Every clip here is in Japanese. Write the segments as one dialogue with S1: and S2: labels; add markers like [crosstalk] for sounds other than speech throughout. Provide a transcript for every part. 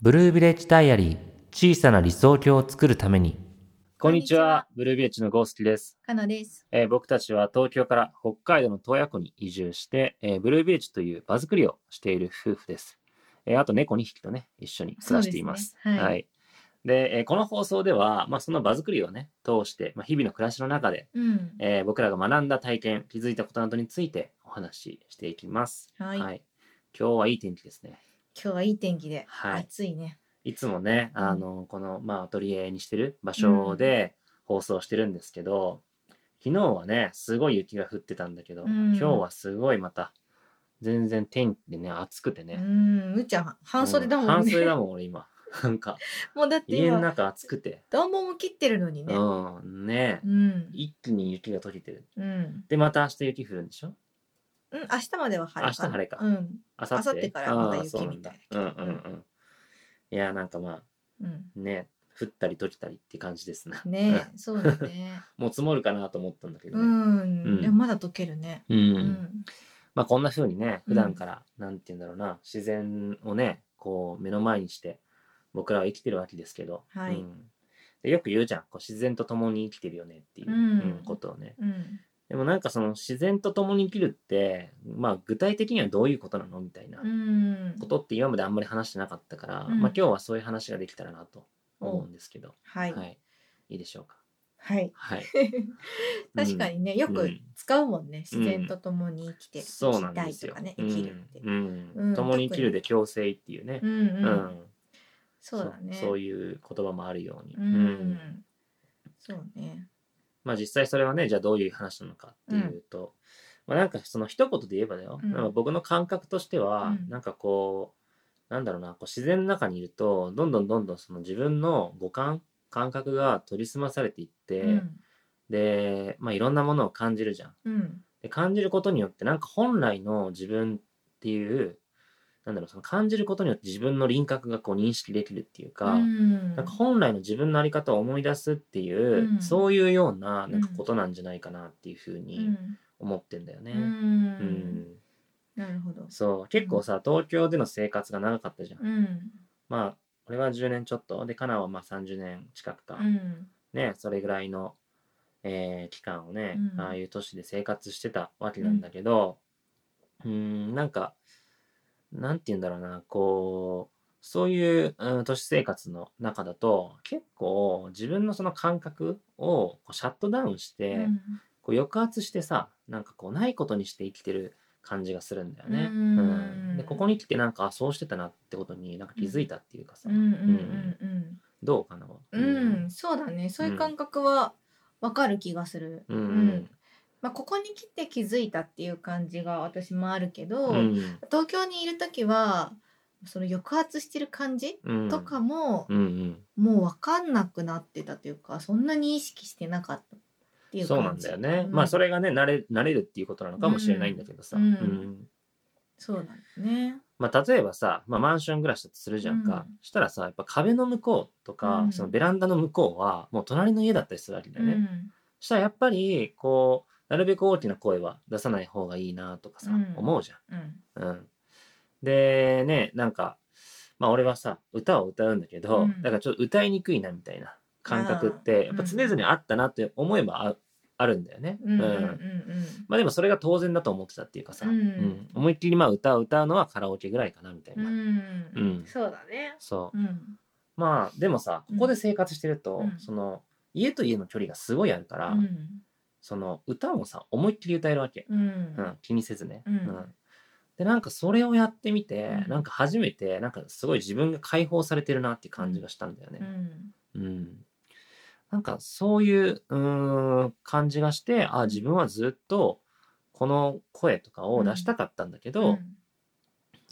S1: ブルービレッジダイアリー、小さな理想郷を作るために。
S2: こんにちは、ブルービレッジのゴースキです、
S3: かなです。
S2: えー僕たちは東京から北海道の洞爺湖に移住して、えーブルービレッジという場作りをしている夫婦です。えーあと猫2匹とね、一緒に暮らしています。
S3: そうですねはい
S2: で、えーこの放送では、まあ、その場作りをね、通して、まあ、日々の暮らしの中で、
S3: うん。
S2: えー僕らが学んだ体験、気づいたことなどについてお話ししていきます。
S3: はい
S2: 今日はいい天気ですね。
S3: 今日はいい天気で、
S2: はい
S3: 暑いね。
S2: いつもね、
S3: うん
S2: あの、この、まあ、アトリエにしてる場所で放送してるんですけど、昨日はね、すごい雪が降ってたんだけど、
S3: うん
S2: 今日はすごいまた、全然天気でね、暑くて
S3: う
S2: ね。
S3: ん、うーちゃん、半袖だもんね。
S2: う半袖 [laughs] だもん、俺今。なんか、
S3: もうだって
S2: 家の
S3: 今、
S2: 中暑くて。
S3: 暖房も切ってるのにね。
S2: うん、ね
S3: うん。
S2: 一気に雪が溶けてる。
S3: うん。うん、
S2: で、また明日雪降るんでしょ
S3: 明日までは晴れかな。
S2: 明日晴れか
S3: うん。
S2: あさ
S3: 明後日からまた雪
S2: そうなんだ。うんうんうん。いや、なんかまあ、
S3: うん。
S2: ね、降ったり溶けたりって感じですな。
S3: ねえ、そうだね。
S2: もう積もるかなと思ったんだけど
S3: う
S2: ね。
S3: ん。
S2: [laughs] うん
S3: いやまだ溶けるね。
S2: う
S3: うんん。
S2: まあこんな風にね
S3: う
S2: 普
S3: ん
S2: 段から、なんて言うんだろうな自然をねこう目の前にして僕らは生きてるわけですけど、
S3: はい
S2: うんでよく言うじゃんこう自然と共に生きてるよねっていう、
S3: うん
S2: うんことをね
S3: うん。
S2: でもなんかその自然と共に生きるってまあ具体的にはどういうことなのみたいな
S3: うん。
S2: ことって今まであんまり話してなかったから、
S3: うん
S2: まあ今日はそういう話ができたらなと思うんですけど、
S3: はい。
S2: は
S3: はい。
S2: い、いいでしょうか
S3: [laughs]
S2: はい
S3: 確かにね、よく使うもんね。自然と共に生きて、
S2: そうな
S3: 生
S2: ん
S3: きた
S2: で
S3: い
S2: す
S3: と
S2: よ
S3: かね、
S2: う
S3: 生
S2: ん
S3: きるって。
S2: うん
S3: うん
S2: 共に生きる
S3: 特
S2: で共生っていうね
S3: う、ん
S2: う
S3: うんん。そうだね。
S2: そういう言葉もあるように、
S3: う
S2: うん
S3: ん。そうね。
S2: まあ実際それはねじゃあどういう話なのかっていうと、まあ、なんかその一言で言えばだよ、
S3: うん
S2: なんか僕の感覚としては、
S3: うん
S2: なんかこうなんだろうなこう自然の中にいるとどんどんどんどんその自分の五感感覚が研ぎ澄まされていって、
S3: うん
S2: で、まあ、いろんなものを感じるじゃん。
S3: うん。
S2: で感じることによってなんか本来の自分っていうなんだろうその感じることによって自分の輪郭がこう認識できるっていうか、
S3: うん
S2: なんか本来の自分の在り方を思い出すっていう、
S3: うん
S2: そういうようななんか
S3: うん
S2: ことなんじゃないかなっていうふう
S3: う
S2: に
S3: ん
S2: 思ってんだよね。
S3: う
S2: うん
S3: んなるほど。
S2: そう結構さ東京での生活が長かったじゃん。
S3: うん。
S2: まあ俺は10年ちょっとでカナはまあ30年近くか、
S3: うん。
S2: ねそれぐらいの、えー期間をね、
S3: うん
S2: ああいう都市で生活してたわけなんだけどうんんなんかなんて言うんだろうなこうそういう、うん、都市生活の中だと結構自分のその感覚をこうシャットダウンして、
S3: うん
S2: こう抑圧してさなんかこうないことにして生きてる感じがするんだよね。
S3: うん
S2: でここに来てなんかあそうしてたなってことになんか気づいたっていうかさ、
S3: うんうん
S2: どうかな、
S3: うんうん。うん。そうだね。そういう感覚はわかる気がする。
S2: うん
S3: まあここに来て気づいたっていう感じが私もあるけ
S2: う
S3: ど、
S2: ん
S3: 東京にいる時はその抑圧してる感じ
S2: うん
S3: とかも
S2: う、んうん
S3: もうわかんなくなってたというか、そんなに意識してなかったっていう感じ。
S2: そうなんだよね、まあそ
S3: れ。
S2: れがね慣れ慣れるっていうことなのかもしれないんだけどさ、
S3: うんうんそうなんだね。
S2: まあ、例えばさ、まあ、マンション暮らしだとするじゃんか、
S3: うん
S2: したらさやっぱ壁の向こうとか、
S3: うん
S2: そのベランダの向こうはもう隣の家だったりするわけだ
S3: う
S2: よね、
S3: ん。
S2: したらやっぱりこうなるべく大きな声は出さない方がいいなとかさ、
S3: うん
S2: 思うじ
S3: うん。
S2: ゃん、うん、でねなんかまあ俺はさ歌を歌うんだけど、
S3: うん
S2: だからちょっと歌いにくいなみたいな感覚っ
S3: あ
S2: て
S3: ー
S2: やっぱ常々あったなって思えばああるんだよね、
S3: うんうんうん
S2: まあでもそれが当然だと思ってたっていうかさ、
S3: うん
S2: 思いっきりまあ歌を歌うのはカラオケぐらいかなみたい
S3: うん
S2: な、
S3: う
S2: うん
S3: んそうだね
S2: そう
S3: うん
S2: まあでもさここで生活してると、
S3: うん
S2: その家と家の距離がすごいあるから、
S3: うん
S2: その歌もさ思いっきり歌えるわけ、
S3: うん
S2: うん気にせずね、
S3: うん
S2: でなんかそれをやってみて、
S3: うん
S2: なんか初めてなんかすごい自分が解放されてるなって感じがしたんだよね、
S3: うん
S2: うん、なんかそういううーん感じがしてあ自分はずっとこの声とかを出したかったんだけど、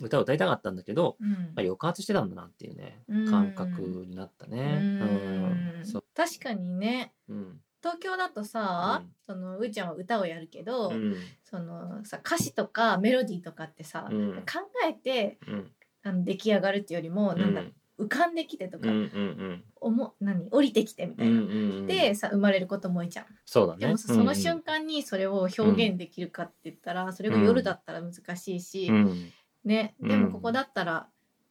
S2: 歌を歌いたかったんだけど、
S3: うん
S2: まあ、抑圧してたんだなっていうね
S3: うん
S2: 感覚になった
S3: う
S2: ね。うん
S3: ん
S2: そう
S3: 確かにね
S2: うん
S3: 東京だとさ
S2: うん
S3: そのうーちゃんは歌をやるけど
S2: うん
S3: そのさ歌詞とかメロディーとかってさ
S2: う
S3: 考
S2: ん
S3: えて
S2: うん
S3: あの出来上がるっていうよりもなんだ浮かんできてと
S2: うんう
S3: か
S2: んうん
S3: おも何降りてきてみた
S2: うんう
S3: い
S2: ん
S3: な
S2: うん
S3: でさ生まれることも多いじゃん
S2: そうだね
S3: でもさその瞬間にそれを表現できるかって言ったらそれが夜だったら難しいし
S2: うん
S3: ね、
S2: うん
S3: でもここだったら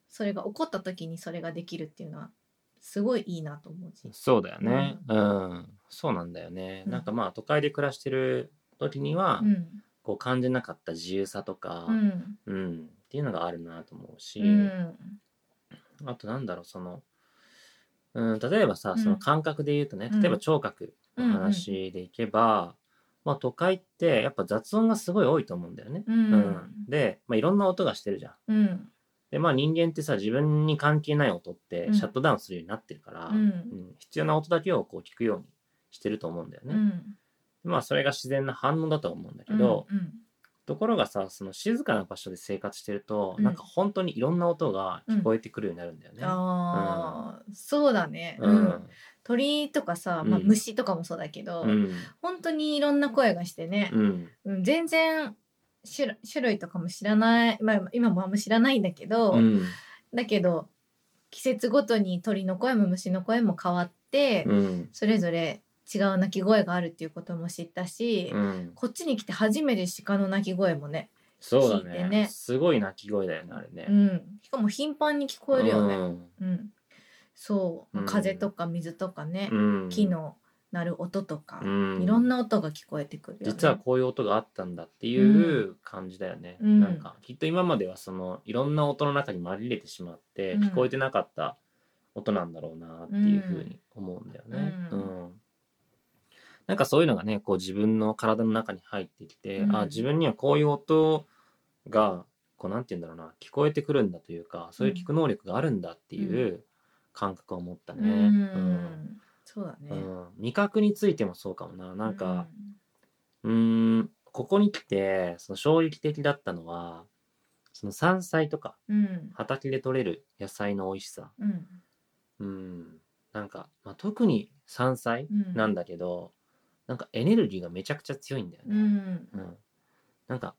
S3: それが起こった時にそれができるっていうのはすごいいいなと思うし、
S2: そうだよね。うん、そうなんだよね。
S3: うん
S2: なんかまあ都会で暮らしてる時には、
S3: うん
S2: こう感じなかった自由さとか、
S3: うん
S2: うんっていうのがあるなと思うし、
S3: うん
S2: あとなんだろうその、うん、例えばさ
S3: うん
S2: その感覚で言うとね、
S3: うん
S2: 例えば聴覚の話でいけば、まあ、都会ってやっぱ雑音がすごい多いと思うんだよね。
S3: う
S2: うんで、まあ、いろんな音がしてるじゃん。
S3: うん
S2: でまあ人間ってさ自分に関係ない音って
S3: うん
S2: シャットダウンするようになってるから、
S3: うん
S2: うん必要な音だけをこう聞くようにしてると思うんだよ
S3: う
S2: ね。
S3: ん
S2: まあそれが自然な反応だと思うんだけ
S3: うん
S2: ど、
S3: うん
S2: ところがさその静かな場所で生活してると、
S3: うん
S2: なんか本当にいろんな音が聞こえてくるようになるんだよね。
S3: あーそうだね、
S2: う
S3: うんん、鳥とかさ、まあ、
S2: うん
S3: 虫とかもそうだけど、
S2: うん
S3: 本当にいろんな声がしてね
S2: う、ん
S3: うん全然種類種類とかも知らない、まあ、今もあんま知らないんだけど、
S2: うん
S3: だけど季節ごとに鳥の声も虫の声も変わって、
S2: うん
S3: それぞれ違う鳴き声があるっていうことも知ったし、
S2: うん
S3: こっちに来て初めて鹿の鳴き声もね、
S2: そうだ
S3: 聞い
S2: ね
S3: てね
S2: すごい鳴き声だよねあれね。
S3: うん、しかも頻繁に聞こえるよね。
S2: うん
S3: うん、そう、まあ
S2: うん
S3: 風とか水とかね、
S2: うん
S3: 木の鳴る音とか、
S2: うん
S3: いろんな音が聞こえてくるよ、ね。
S2: 実はこういう音があったんだっていう感じだよね、
S3: うん
S2: なんかきっと今まではそのいろんな音の中に紛れてしまって、
S3: うん
S2: 聞こえてなかった音なんだろうなっていうふうに思うんだよね、う
S3: うんん
S2: なんかそういうのがねこう自分の体の中に入ってきて、
S3: うん
S2: あ自分にはこういう音がこうなんて言うんだろうな聞こえてくるんだというかそういう聞く能力があるんだっていう感覚を持ったね、
S3: うん、
S2: うん
S3: そうだね。
S2: うん味覚についてもそうかもななんか、うーん、ここに来て、その衝撃的だったのは、その山菜とか
S3: うん、うん、
S2: 畑で採れる野菜の美味しさ。
S3: うん、
S2: うん、なんか、まあ、特に山菜
S3: うん
S2: なんだけど、なんかエネルギーがめちゃくちゃ強いんだよ
S3: う
S2: ね。
S3: ん、
S2: うん。なんか、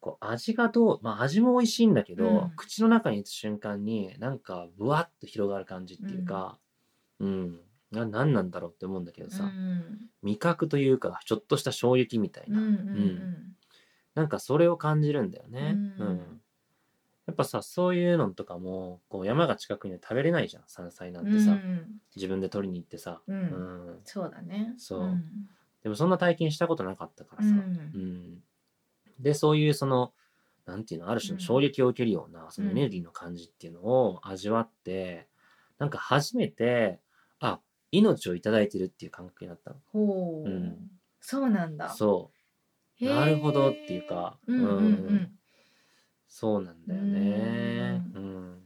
S2: こう味がどう、まあ味も美味しいんだけど、
S3: うん
S2: 口の中に入れた瞬間になんかブワッと広がる感じっていうか、うん、な何なんだろうって思うんだけどさ、
S3: うん、
S2: 味覚というかちょっとした衝撃みたい
S3: うん、う
S2: な、
S3: ん、
S2: なんかそれを感じるんだよね。う。
S3: うんん
S2: やっぱさ、そういうのとかも、こう山が近くには食べれないじゃん、山菜な
S3: うんん、う
S2: てさ。
S3: ん、
S2: 自分で取りに行ってさ。
S3: う、
S2: うんん。
S3: そうだね。
S2: そうんでもそんな体験したことなかったから
S3: う
S2: さ。
S3: ん
S2: うん。で、そういうその、なんていうの、ある種の衝撃を受けるような、そのエネルギーの感じっていうのを味わって、なんか初めて、あ、命をいただいてるっていう感覚になったの。
S3: ほう、
S2: うん
S3: そうなんだ。
S2: そう。
S3: へー
S2: なるほどっていうか
S3: うんうんう
S2: うん
S3: ん、
S2: そうなんだよね。
S3: う
S2: うん。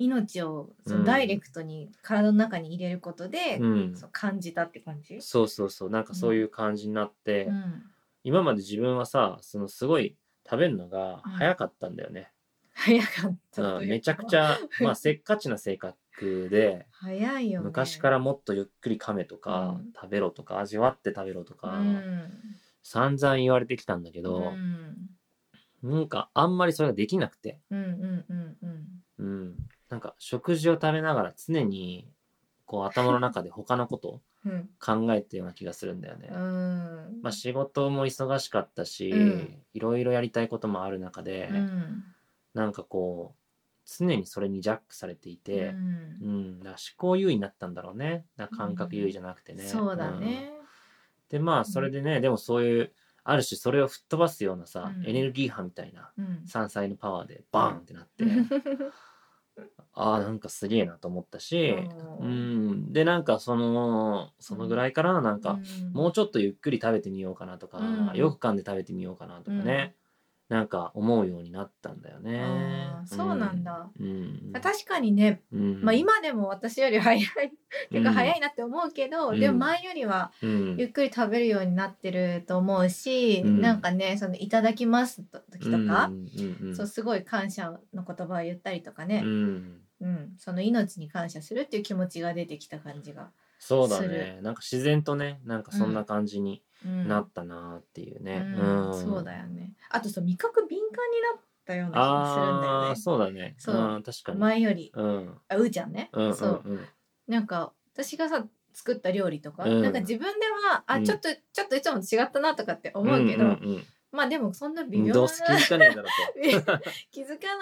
S3: 命をそうの
S2: ん
S3: ダイレクトに体の中に入れることで、
S2: うん。
S3: そう感じたって感じ。
S2: そうそうそうなんかそういう感じになって、
S3: うん、
S2: 今まで自分はさそのすごい食べるのが早かったんだよね、
S3: 早かった
S2: うん
S3: というか
S2: めちゃくち
S3: [laughs]
S2: ゃ、まあ、せっかちな性格で
S3: 早いよ、ね、
S2: 昔からもっとゆっくり噛めとか、
S3: うん
S2: 食べろとか味わって食べろとか、
S3: うん
S2: 散々言われてきたんだけ
S3: うん
S2: ど、なんかあんまりそれができなくて、
S3: うんうんうんうん
S2: うん、なんか食事を食べながら常にこう頭の中で他のことを
S3: うん
S2: 考えてるような気がするんだよね。
S3: うん
S2: まあ、仕事も忙しかったし、
S3: うん
S2: いろいろやりたいこともある中で、
S3: うん
S2: なんかこう常にそれにジャックされていて、
S3: う
S2: うんんだから思考優位になったんだろうねだから感覚優位じゃなくてね。
S3: そうだね、
S2: うんでまあそれでね、でもそういうある種それを吹っ飛ばすようなさ、
S3: うん
S2: エネルギー波みたいな
S3: うん
S2: 山菜のパワーでバーンってな
S3: [laughs]
S2: って、ああなんかすげえなと思ったし、
S3: う
S2: うんん、でなんかそのそのぐらいからなんか、もうちょっとゆっくり食べてみようかなとか、
S3: うん
S2: よく噛んで食べてみようかなとかね、なんか思うようになったんだよね
S3: あ。ーそうなんだ。
S2: うん。
S3: うん確かにね、
S2: うん
S3: まあ、、今でも私より早い、てか早いなって思うけど、
S2: うん
S3: でも前よりは
S2: うん
S3: ゆっくり食べるようになってると思うし、
S2: うん
S3: なんかねその「いただきます」と時とか、
S2: うんうんうん
S3: そうすごい感謝の言葉を言ったりとかね
S2: う、ん
S3: うんその命に感謝するっていう気持ちが出てきた感じが、
S2: そうだ
S3: す
S2: ね
S3: る。
S2: なんか自然とね、なんかそんな感じに
S3: うん
S2: なったなっていうね。
S3: うんそうだ
S2: よ。
S3: よねあとそう味覚敏感になったような気がするんだ
S2: あ
S3: よ
S2: あ、
S3: ね
S2: そうだね。
S3: そうん
S2: 確かに。
S3: 前より
S2: うん。
S3: あうーちゃんね、
S2: うん。
S3: そう
S2: うん
S3: なんか私がさ作った料理とか、
S2: うん
S3: なんか自分ではあ
S2: うん
S3: ちょっと、ちょっといつもと違ったなとかって思うけど、
S2: うんうん
S3: まあでもそんな微妙
S2: ど
S3: な
S2: うせ気づかねえだろ
S3: 気づか
S2: と。
S3: [laughs] な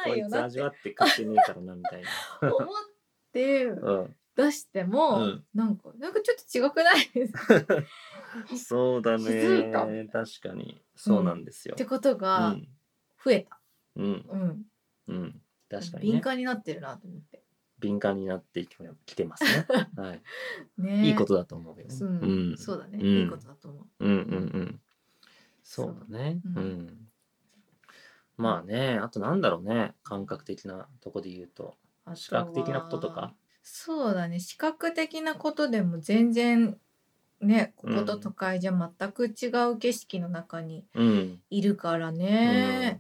S2: こ
S3: い
S2: い
S3: よ
S2: つ
S3: なっ
S2: 味
S3: て
S2: わって食ってねえからな、みたいな。
S3: 思って
S2: うん。
S3: 出しても、
S2: うん
S3: なんかなんかちょっと違くないですか
S2: そうだ
S3: 気づいた
S2: ね。確かに。そうなんですよ
S3: っ。てこと
S2: う
S3: が
S2: ん。
S3: 増えた、
S2: うん。
S3: うん
S2: うん。確かに、ね。
S3: 敏感になってるなと思って
S2: 敏感になってきてますね。はい。
S3: ね
S2: いいことだと思うよ。
S3: う
S2: うんん。
S3: そうだね、
S2: うん
S3: いいことだと思う
S2: うんうんうん。そうだね。う。
S3: うんん
S2: まあね、あとなんだろうね。感覚的なとこで言うと。
S3: あとは
S2: 視覚的なこととか。
S3: そうだね視覚的なことでも全然ねこ
S2: うん
S3: こと都会じゃ全く違う景色の中に
S2: うん。
S3: いるからね、
S2: うん
S3: や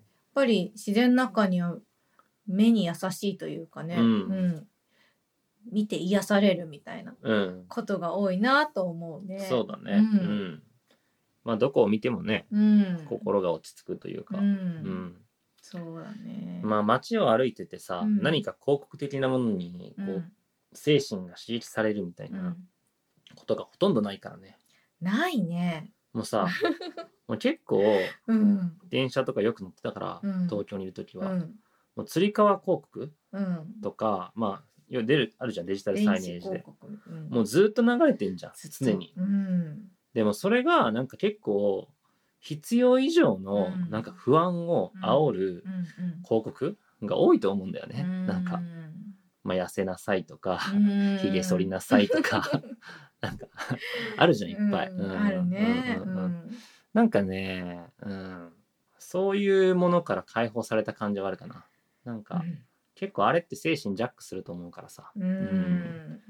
S3: っぱり自然の中には目に優しいというかね、
S2: うん
S3: ん見て癒されるみたいな
S2: うん。
S3: ことが多いなと思うね。
S2: そうだね。
S3: うん
S2: うん。まあ、どこを見てもね、
S3: うん、
S2: 心が落ち着くというか。
S3: う
S2: うん。
S3: ん、そうだね。
S2: まあ、街を歩いててさ、
S3: うん
S2: 何か広告的なものに、こ
S3: う
S2: う、
S3: ん
S2: 精神が刺激されるみたいうなんことがほとんどないからね。
S3: ないね。
S2: もう
S3: [laughs]
S2: さ、もう結構、
S3: うん、
S2: 電車とかよく乗ってたから、
S3: うん
S2: 東京にいるとき
S3: う
S2: は、
S3: ん、
S2: もうつり革広告
S3: うん。
S2: とか、まあ、よ出るあるじゃんデジタルサイネージで
S3: 告、うん、
S2: もうずっと流れてんじゃん常に
S3: うん、
S2: でもそれがなんか結構必要以上の
S3: うん
S2: なんか不安を煽る
S3: うん、うん。
S2: 広告が多いと思うんだよね、なんか、まあ、痩せなさいとか、ひげ剃りなさいと
S3: [laughs]
S2: かなんかあるじゃんいっぱい、
S3: うん
S2: うん
S3: あるね。
S2: う
S3: うん
S2: うんうん
S3: ん。
S2: なんかね、うん、そういうものから解放された感じはあるかななんか、結構あれって精神ジャックすると思うからさ、
S3: うんうん。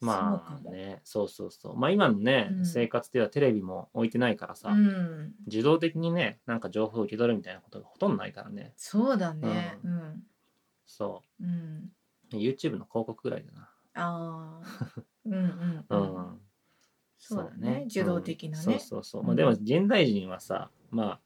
S2: ま
S3: そ
S2: あ
S3: うかも
S2: ねそうそうそうまあ今のね、
S3: うん
S2: 生活ではテレビも置いてないからさ、
S3: うん。
S2: 自動的にねなんか情報を受け取るみたいなことがほとんどないからね
S3: そうだね。
S2: う
S3: うん。
S2: そ
S3: うん。
S2: う YouTube の広告ぐらいだな [laughs]
S3: ああ。うんうん
S2: う、
S3: うんん。そうだね受動的なね
S2: うんそうそうそう、ま
S3: う
S2: あ
S3: ん
S2: でも現代人はさまあ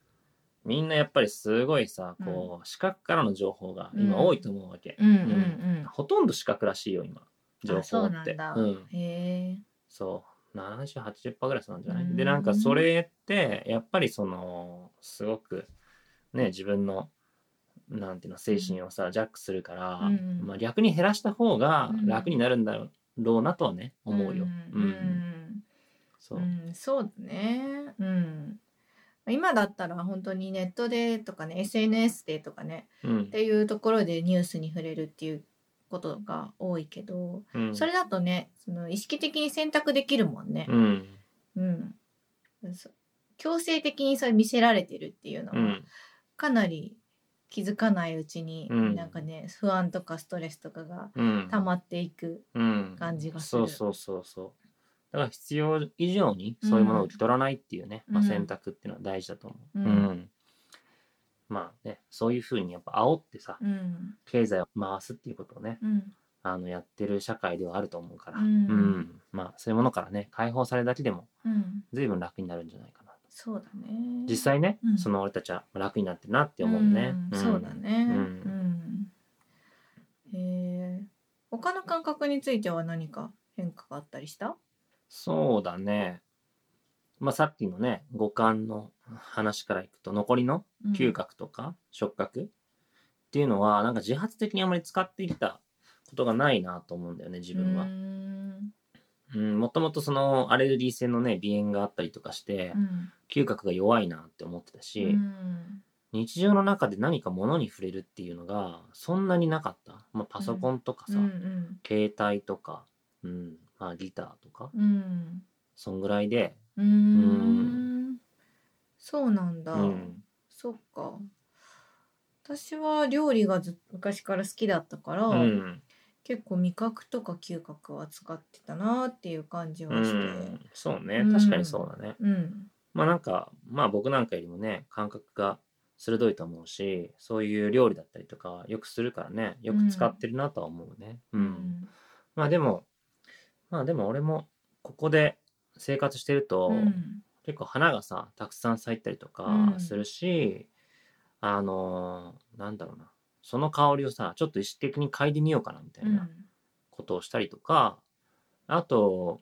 S2: みんなやっぱりすごいさこう視覚からの情報が今
S3: うん
S2: 多いと思うわけ、
S3: うんうん
S2: ほとんど視覚らしいよ今情報って
S3: あそうなんだ
S2: うん
S3: うん。へえ。
S2: そう7080%ぐらいそうなんじゃない、
S3: うん
S2: でなんかそれってやっぱりそのすごくね自分のなんていうの精神をさジャックするから、
S3: うん
S2: まあ、逆に減らした方が
S3: うん
S2: 楽になるんだろうなとはね思うよ。
S3: う
S2: うん
S3: ん。。
S2: そううん
S3: そうだね。うん。今だったら本当にネットでとかね SNS でとかね
S2: うん
S3: っていうところでニュースに触れるっていうことが多いけど、
S2: うん
S3: それだとねその意識的に選択できるもんね
S2: う、ん
S3: うんそ強制的にそれ見せられてるっていうの
S2: う
S3: は、
S2: ん
S3: かなり気づかないうちに、
S2: うん
S3: なんかね不安とかストレスとかが
S2: うん
S3: 溜まっていく、
S2: うん
S3: 感じがす
S2: そ
S3: る
S2: うそうそうそうだから必要以上にそういうものを受け取らないっていうね、
S3: うん
S2: まあ、
S3: うん
S2: 選択っていうのは大事だと思う、
S3: うん
S2: まあねそういうふうにやっぱ煽ってさ
S3: うん
S2: 経済を回すっていうことをね
S3: うん
S2: あのやってる社会ではあると思うから、
S3: うん
S2: まあそういうものからね解放されるだけでも
S3: うん、
S2: 随分楽になるんじゃないかなと
S3: そうだね
S2: 実際ね、
S3: うん
S2: その俺たちは楽になってるなって思うね、
S3: うんそうだね
S2: う
S3: うんん、へえ他の感覚については何か変化があったりした
S2: そうだねまあさっきのね五感の話からいくと残りの
S3: うん
S2: 嗅覚とか触覚っていうのはなんか自発的にあまり使ってきたことがないなと思うんだよね自分は
S3: うー。ん
S2: うんもともとそのアレルギー性のね鼻炎があったりとかして
S3: うん
S2: 嗅覚が弱いなって思ってたし、
S3: うん
S2: 日常の中で何か物に触れるっていうのがそんなになかった、まあ、パソコンとか
S3: う
S2: さ、
S3: ん
S2: 携帯とか、うんまあ、ギターとか
S3: うん
S2: そんぐらいで、
S3: うーんそうなんだ、
S2: うん
S3: そっか私は料理がずっと昔から好きだったから、
S2: うん
S3: 結構味覚とか嗅覚は使ってたなっていう感じは
S2: う
S3: して
S2: ん、そうね
S3: うん
S2: 確かにそうだね、
S3: うん
S2: まあなんかまあ僕なんかよりもね感覚が鋭いと思うしそういう料理だったりとかよくするからねよく使ってるなとは思うね、
S3: う
S2: うんまあでもまあでも俺もここで生活してると、
S3: うん
S2: 結構花がさたくさん咲いたりとか
S3: うん
S2: するし、あのーなんだろうなその香りをさちょっと意識的に嗅いでみようかなみたいなことをしたりとか、あと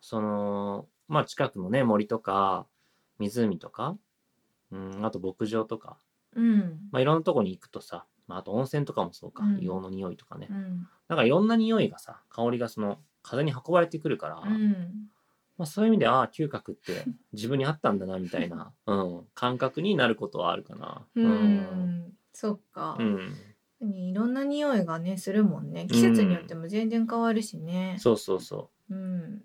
S2: そのまあ近くのね森とか湖とかうん、あと牧場とか、
S3: うん。
S2: まあ、いろんなとこに行くとさ、まあ、あと温泉とかもそうか、
S3: うん
S2: 硫黄の匂いとかね、
S3: うん。
S2: なんかいろんな匂いがさ香りがその風に運ばれてくるから、
S3: うん。
S2: まあ、そういう意味でああ嗅覚って自分にあったんだなみたいな、
S3: [laughs]
S2: うん、感覚になることはあるかな。
S3: う、ん。そっか
S2: う。ん、
S3: いろんな匂いがねするもんね季節によっても全然変わるしね、
S2: そうそうそ
S3: うん、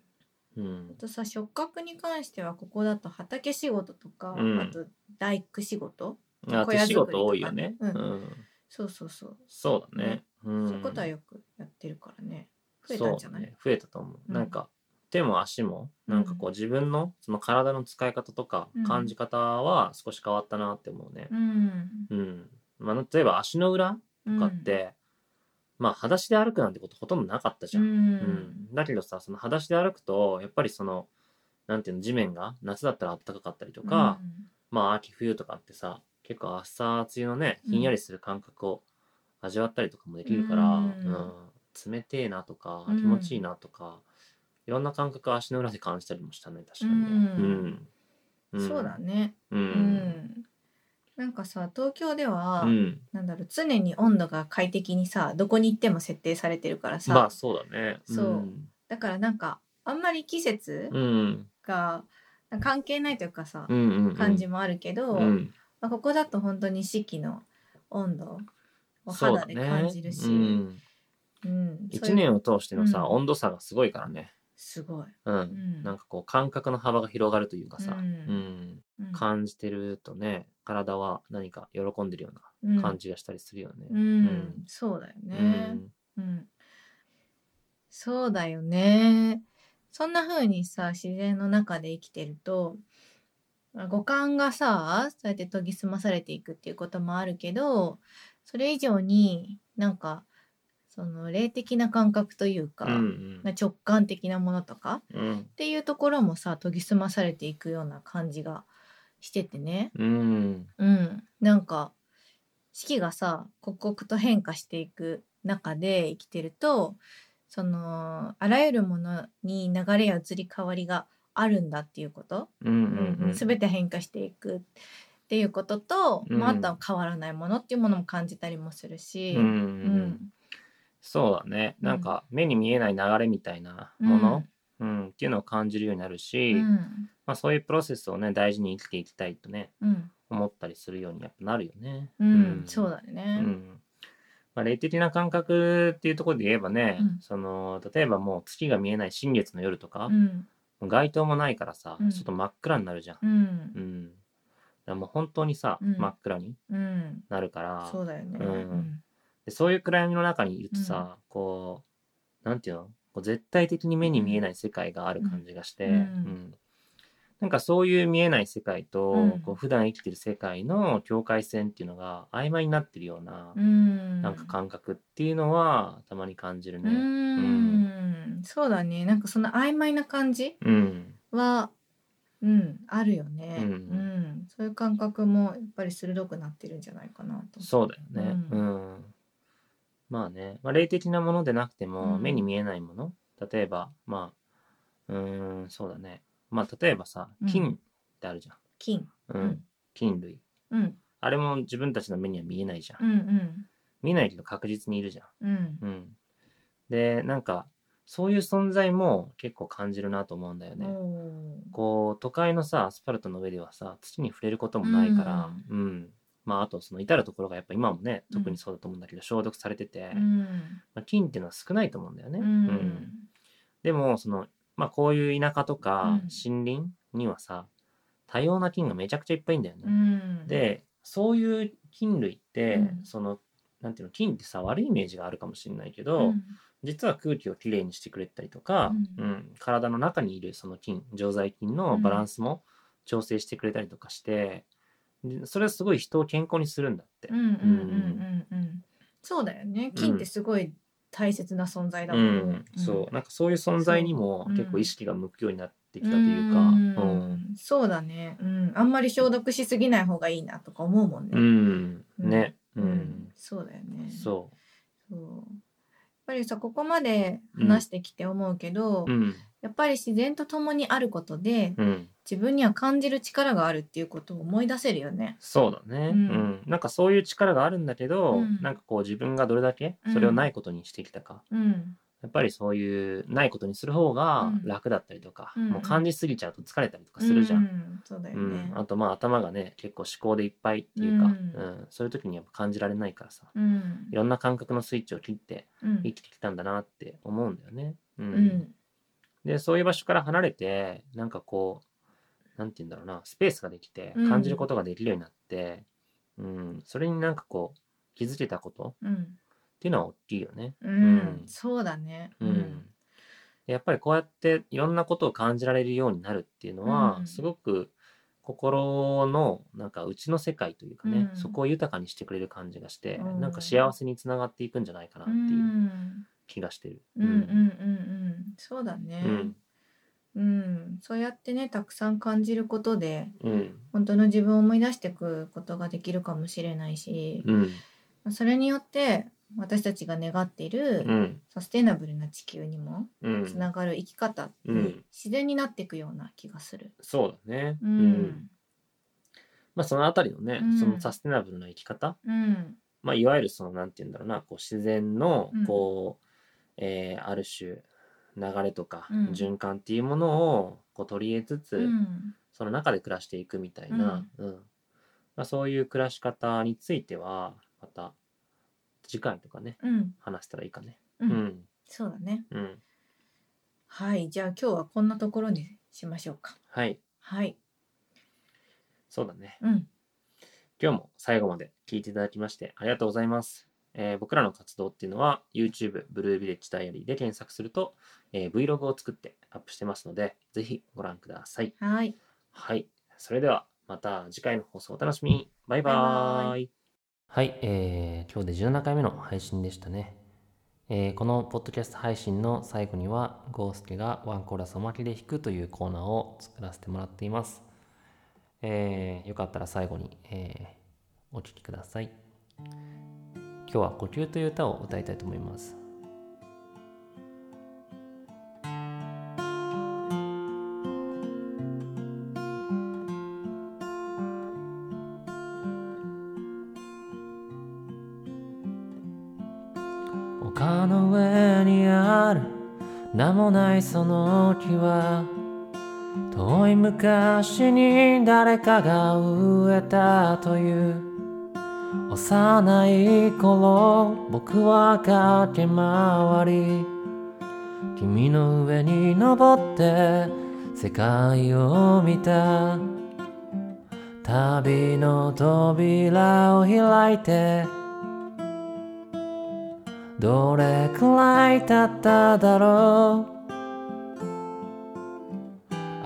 S2: う。うん
S3: あ、とさ触覚に関してはここだと畑仕事とか、
S2: うん
S3: あと大工仕事
S2: あ
S3: 小屋
S2: 手仕
S3: 作りとかね
S2: 事多いよね。
S3: う
S2: うんん、
S3: そうそうそう、
S2: そうだね
S3: ね。
S2: うん、
S3: そういうことはよくやってるからね増えたんじゃない
S2: そうね、増えたと思う、
S3: うん
S2: なんか手も足もなんかこう自分のその体の使い方とか
S3: うん
S2: 感じ方は少し変わったなって思うね
S3: う、ん
S2: うんまあ、例えば足の裏とかって、まあ裸足で歩くなんてことほとんどなかったじ
S3: う
S2: ゃ
S3: ん
S2: ん、うんだけどさその裸足で歩くとやっぱりそのなんていうの地面が夏だったら暖かかったりとか、まあ秋冬とかってさ結構朝露のねひんやりする感覚を味わったりとかもできるから、
S3: うん
S2: うん冷てえなとか
S3: うん
S2: 気持ちいいなとか、いろんな感覚を足の裏で感じたりもしたね確かにね、う
S3: うん
S2: ん
S3: そうだね
S2: うん
S3: うん、なんかさ東京では、
S2: うん
S3: なんだろう常に温度が快適にさどこに行っても設定されてるからさ、
S2: まあそうだね
S3: そうだからなんかあんまり季節
S2: うん、うん
S3: がなんか関係ないというかさ、
S2: うんうんうん、
S3: 感じもあるけど、
S2: うん
S3: まあ、ここだと本当に四季の温度を肌で感じるし
S2: そうだねうん
S3: うんそうい
S2: 一
S3: う
S2: 年を通してのさ、
S3: うん
S2: 温度差がすごいからね、
S3: すごい、
S2: うん
S3: ん
S2: なんかこう感覚の幅が広がるというかさ、
S3: う
S2: うんん
S3: うん
S2: 感じてるとね体は何か喜んでるような感じがしたりするよね。
S3: うん、
S2: ん
S3: そうだよ
S2: う
S3: ね、
S2: ん
S3: うんそうだよねそんな風にさ自然の中で生きてるとまあ五感がさそうやって研ぎ澄まされていくっていうこともあるけどそれ以上になんかその霊的な感覚というか、
S2: うん
S3: まあ直感的なものとか
S2: うん
S3: っていうところもさ研ぎ澄まされていくような感じがしててね
S2: うん
S3: うんなんか四季がさ刻々と変化していく中で生きてるとそのあらゆるものに流れや移り変わりがあるんだっていうこと、
S2: うんうん
S3: 全て変化していくっていうことと、
S2: うん
S3: まあ、あとは変わらないものっていうものも感じたりもするし。
S2: うんうん
S3: う
S2: うん
S3: ん
S2: そうだね
S3: うん
S2: なんか目に見えない流れみたいなもの、うんっていうのを感じるようになるし、
S3: うん
S2: まあ、そういうプロセスをね大事に生きていきたいとね
S3: うん
S2: 思ったりするようにやっぱなるよね。
S3: うん、そう
S2: だ
S3: だよね。
S2: うんまあ、霊的な感覚っていうところで言えばね、
S3: うん
S2: その例えばもう月が見えない新月の夜とか、
S3: うん
S2: 街灯もないからさ、
S3: うん
S2: ちょっと真っ暗になるじゃん。
S3: うん
S2: うんだからもう本当にさ、
S3: うん
S2: 真っ暗に
S3: うん、
S2: なるから
S3: そうだよね。
S2: うんでそういう暗闇の中にいるとさ、こうなんていうのこう絶対的に目に見えない世界がある感じがして、
S3: うん
S2: んなんかそういう見えない世界と、
S3: うん
S2: こう普段生きてる世界の境界線っていうのが曖昧になってるような、
S3: うん、
S2: なんか感覚っていうのはたまに感じる
S3: う
S2: ね。
S3: ん、そうだね。なんかその曖昧な感じ
S2: うん、
S3: は、うん、あるよね。
S2: うん
S3: うん、そういう感覚もやっぱり鋭くなってるんじゃないかなと。
S2: そうだよね。
S3: う
S2: うん。まあね、まあ、霊的なものでなくても、
S3: うん
S2: 目に見えないもの、例えば、まあ、うーん、そうだね。まあ、例えばさ
S3: うん、
S2: 金ってあるじゃ
S3: 金。
S2: ん。うん。
S3: うん
S2: 金類。
S3: うん、
S2: あれも自分たちの目には見えないじゃん。
S3: うん、うん、
S2: 見えないけど確実にいるじゃ
S3: うん
S2: ん。。うん。で、なんか、そういう存在も結構感じるなと思うんだよね。
S3: お
S2: こう、都会のさ、アスファルトの上ではさ、土に触れることもないから、うん。まあ、あと、その、至るところがやっぱ今もね、特にそうだと思うんだけど、消毒されてて、
S3: ーうん、
S2: まあ、金っていうのは少ないと思うんだよね。
S3: う
S2: うん
S3: ん、
S2: でもその、まあ、こういう田舎とか
S3: う
S2: 森林にはさ、多様な金がめちゃくちゃいっぱいいんだよね。
S3: うん、
S2: でそういう菌類って、
S3: うん
S2: そのなんていうの菌ってさ悪いイメージがあるかもしれないけ
S3: う
S2: ど、
S3: ん、
S2: 実は空気をきれいにしてくれたりとか、
S3: う
S2: うんん体の中にいるその菌常在菌のバランスも調整してくれたりとかして、でそれはすごい人を健康にするんだって。
S3: うん、うん、うん、うん、うん。そうだよね。金ってすごい大切な存在だもんね。
S2: うん、そうなんかそういう存在にも
S3: そううん
S2: 結構意識が向くようになってきたというか、
S3: ん
S2: うん
S3: そうだね、うん、あんまり消毒しすぎない方がいいなとか思うもんね、
S2: うん
S3: うん
S2: ね、う
S3: うん
S2: ん、
S3: そうだよね
S2: そ
S3: そうやっぱりさここまで話してきて思うけど、
S2: う、うん、
S3: やっぱり自然と共にあることで
S2: うん。
S3: 自分には感じる力があるっていうことを思い出せるよね。
S2: そうだね。う
S3: うんん。
S2: なんかそういう力があるんだけど、
S3: うん
S2: なんかこう自分がどれだけそれをないことにしてきたか。
S3: うん、
S2: やっぱりそういうないことにする方が
S3: うん
S2: 楽だったりとか、
S3: うん
S2: もう感じすぎちゃうと疲れたりとかするじゃん。
S3: うんそうだよ
S2: う
S3: ね。
S2: ん、あとまあ頭がね結構思考でいっぱいっていうか、う
S3: うん
S2: んそういう時にやっぱ感じられないからさ
S3: うん
S2: いろんな感覚のスイッチを切って
S3: うん
S2: 生きてきたんだなって思うんだよね。うん
S3: うん
S2: でそういう場所から離れてなんかこうなんて言うんだろうなスペースができて
S3: うん
S2: 感じることができるようになって、うんそれになんかこう気づけたこと
S3: うん
S2: っていうのは大きいよね。
S3: うんんそうだね。
S2: うんやっぱりこうやっていろんなことを感じられるようになるっていうのは、
S3: うん
S2: すごく心のなんか内の世界というかね、
S3: うん
S2: そこを豊かにしてくれる感じがして、
S3: うん
S2: なんか幸せにつながっていくんじゃないかなっ
S3: う
S2: て
S3: ん
S2: いう気がしてる。
S3: うんうんうんうんそうだね。
S2: うん
S3: うん、そうやってねたくさん感じることで
S2: うん
S3: 本当の自分を思い出していくことができるかもしれないし、
S2: うん
S3: それによって私たちが願っている
S2: うん
S3: サステナブルな地球にも
S2: うん
S3: つながる生き方
S2: う
S3: に
S2: ん
S3: 自然になっていくような気がする。
S2: そうだね。
S3: う
S2: うん
S3: ん、
S2: まあそのあたりのね、
S3: うん
S2: そのサステナブルな生き方、
S3: うん、
S2: まあいわゆるそのなんて言うんだろうな、こう自然の
S3: うん
S2: こう、えーある種流れとか
S3: うん
S2: 循環っていうものをこう取り入れつつ、
S3: うん、
S2: その中で暮らしていくみたいな、うんまあ、そういう暮らし方についてはまた次回とかね
S3: うん、
S2: 話したらいいかね。
S3: う、
S2: うんん、
S3: そうだね。
S2: うん、
S3: はい、じゃあ今日はこんなところにしましょうか。
S2: はい
S3: はい、
S2: そうだね。
S3: うん、
S2: 今日も最後まで聞いていただきましてありがとうございます。えー僕らの活動っていうのは YouTube ブルービレッジダイアリーで検索すると、えー Vlog を作ってアップしてますのでぜひご覧ください。
S3: はい。
S2: はい。それではまた次回の放送お楽しみに。バイバ
S3: バイバ
S2: ーイ。
S1: はい、えー今日で17回目の配信でしたね。えーこのポッドキャスト配信の最後には、ゴースケがワンコーラスおまけで弾くというコーナーを作らせてもらっています。えーよかったら最後に、えーお聴きください。今日は呼吸という歌を歌いたいと思います。丘の上にある名もないその木は遠い昔に誰かが植えたという幼い頃僕は駆け回り君の上に登って世界を見た旅の扉を開いてどれくらい経っただろう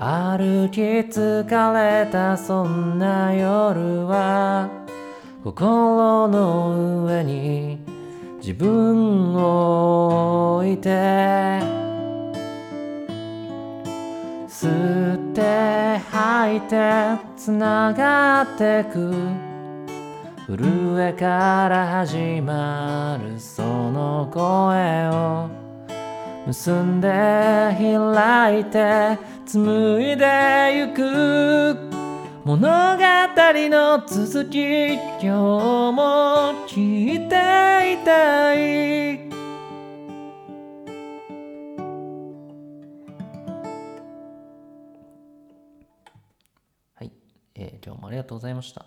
S1: 歩き疲れたそんな夜は心の上に自分を置いて吸って吐いてつながってく震えから始まるその声を結んで開いて紡いでゆく物語の続き今日も聞いていたいはい、えー今日もありがとうございました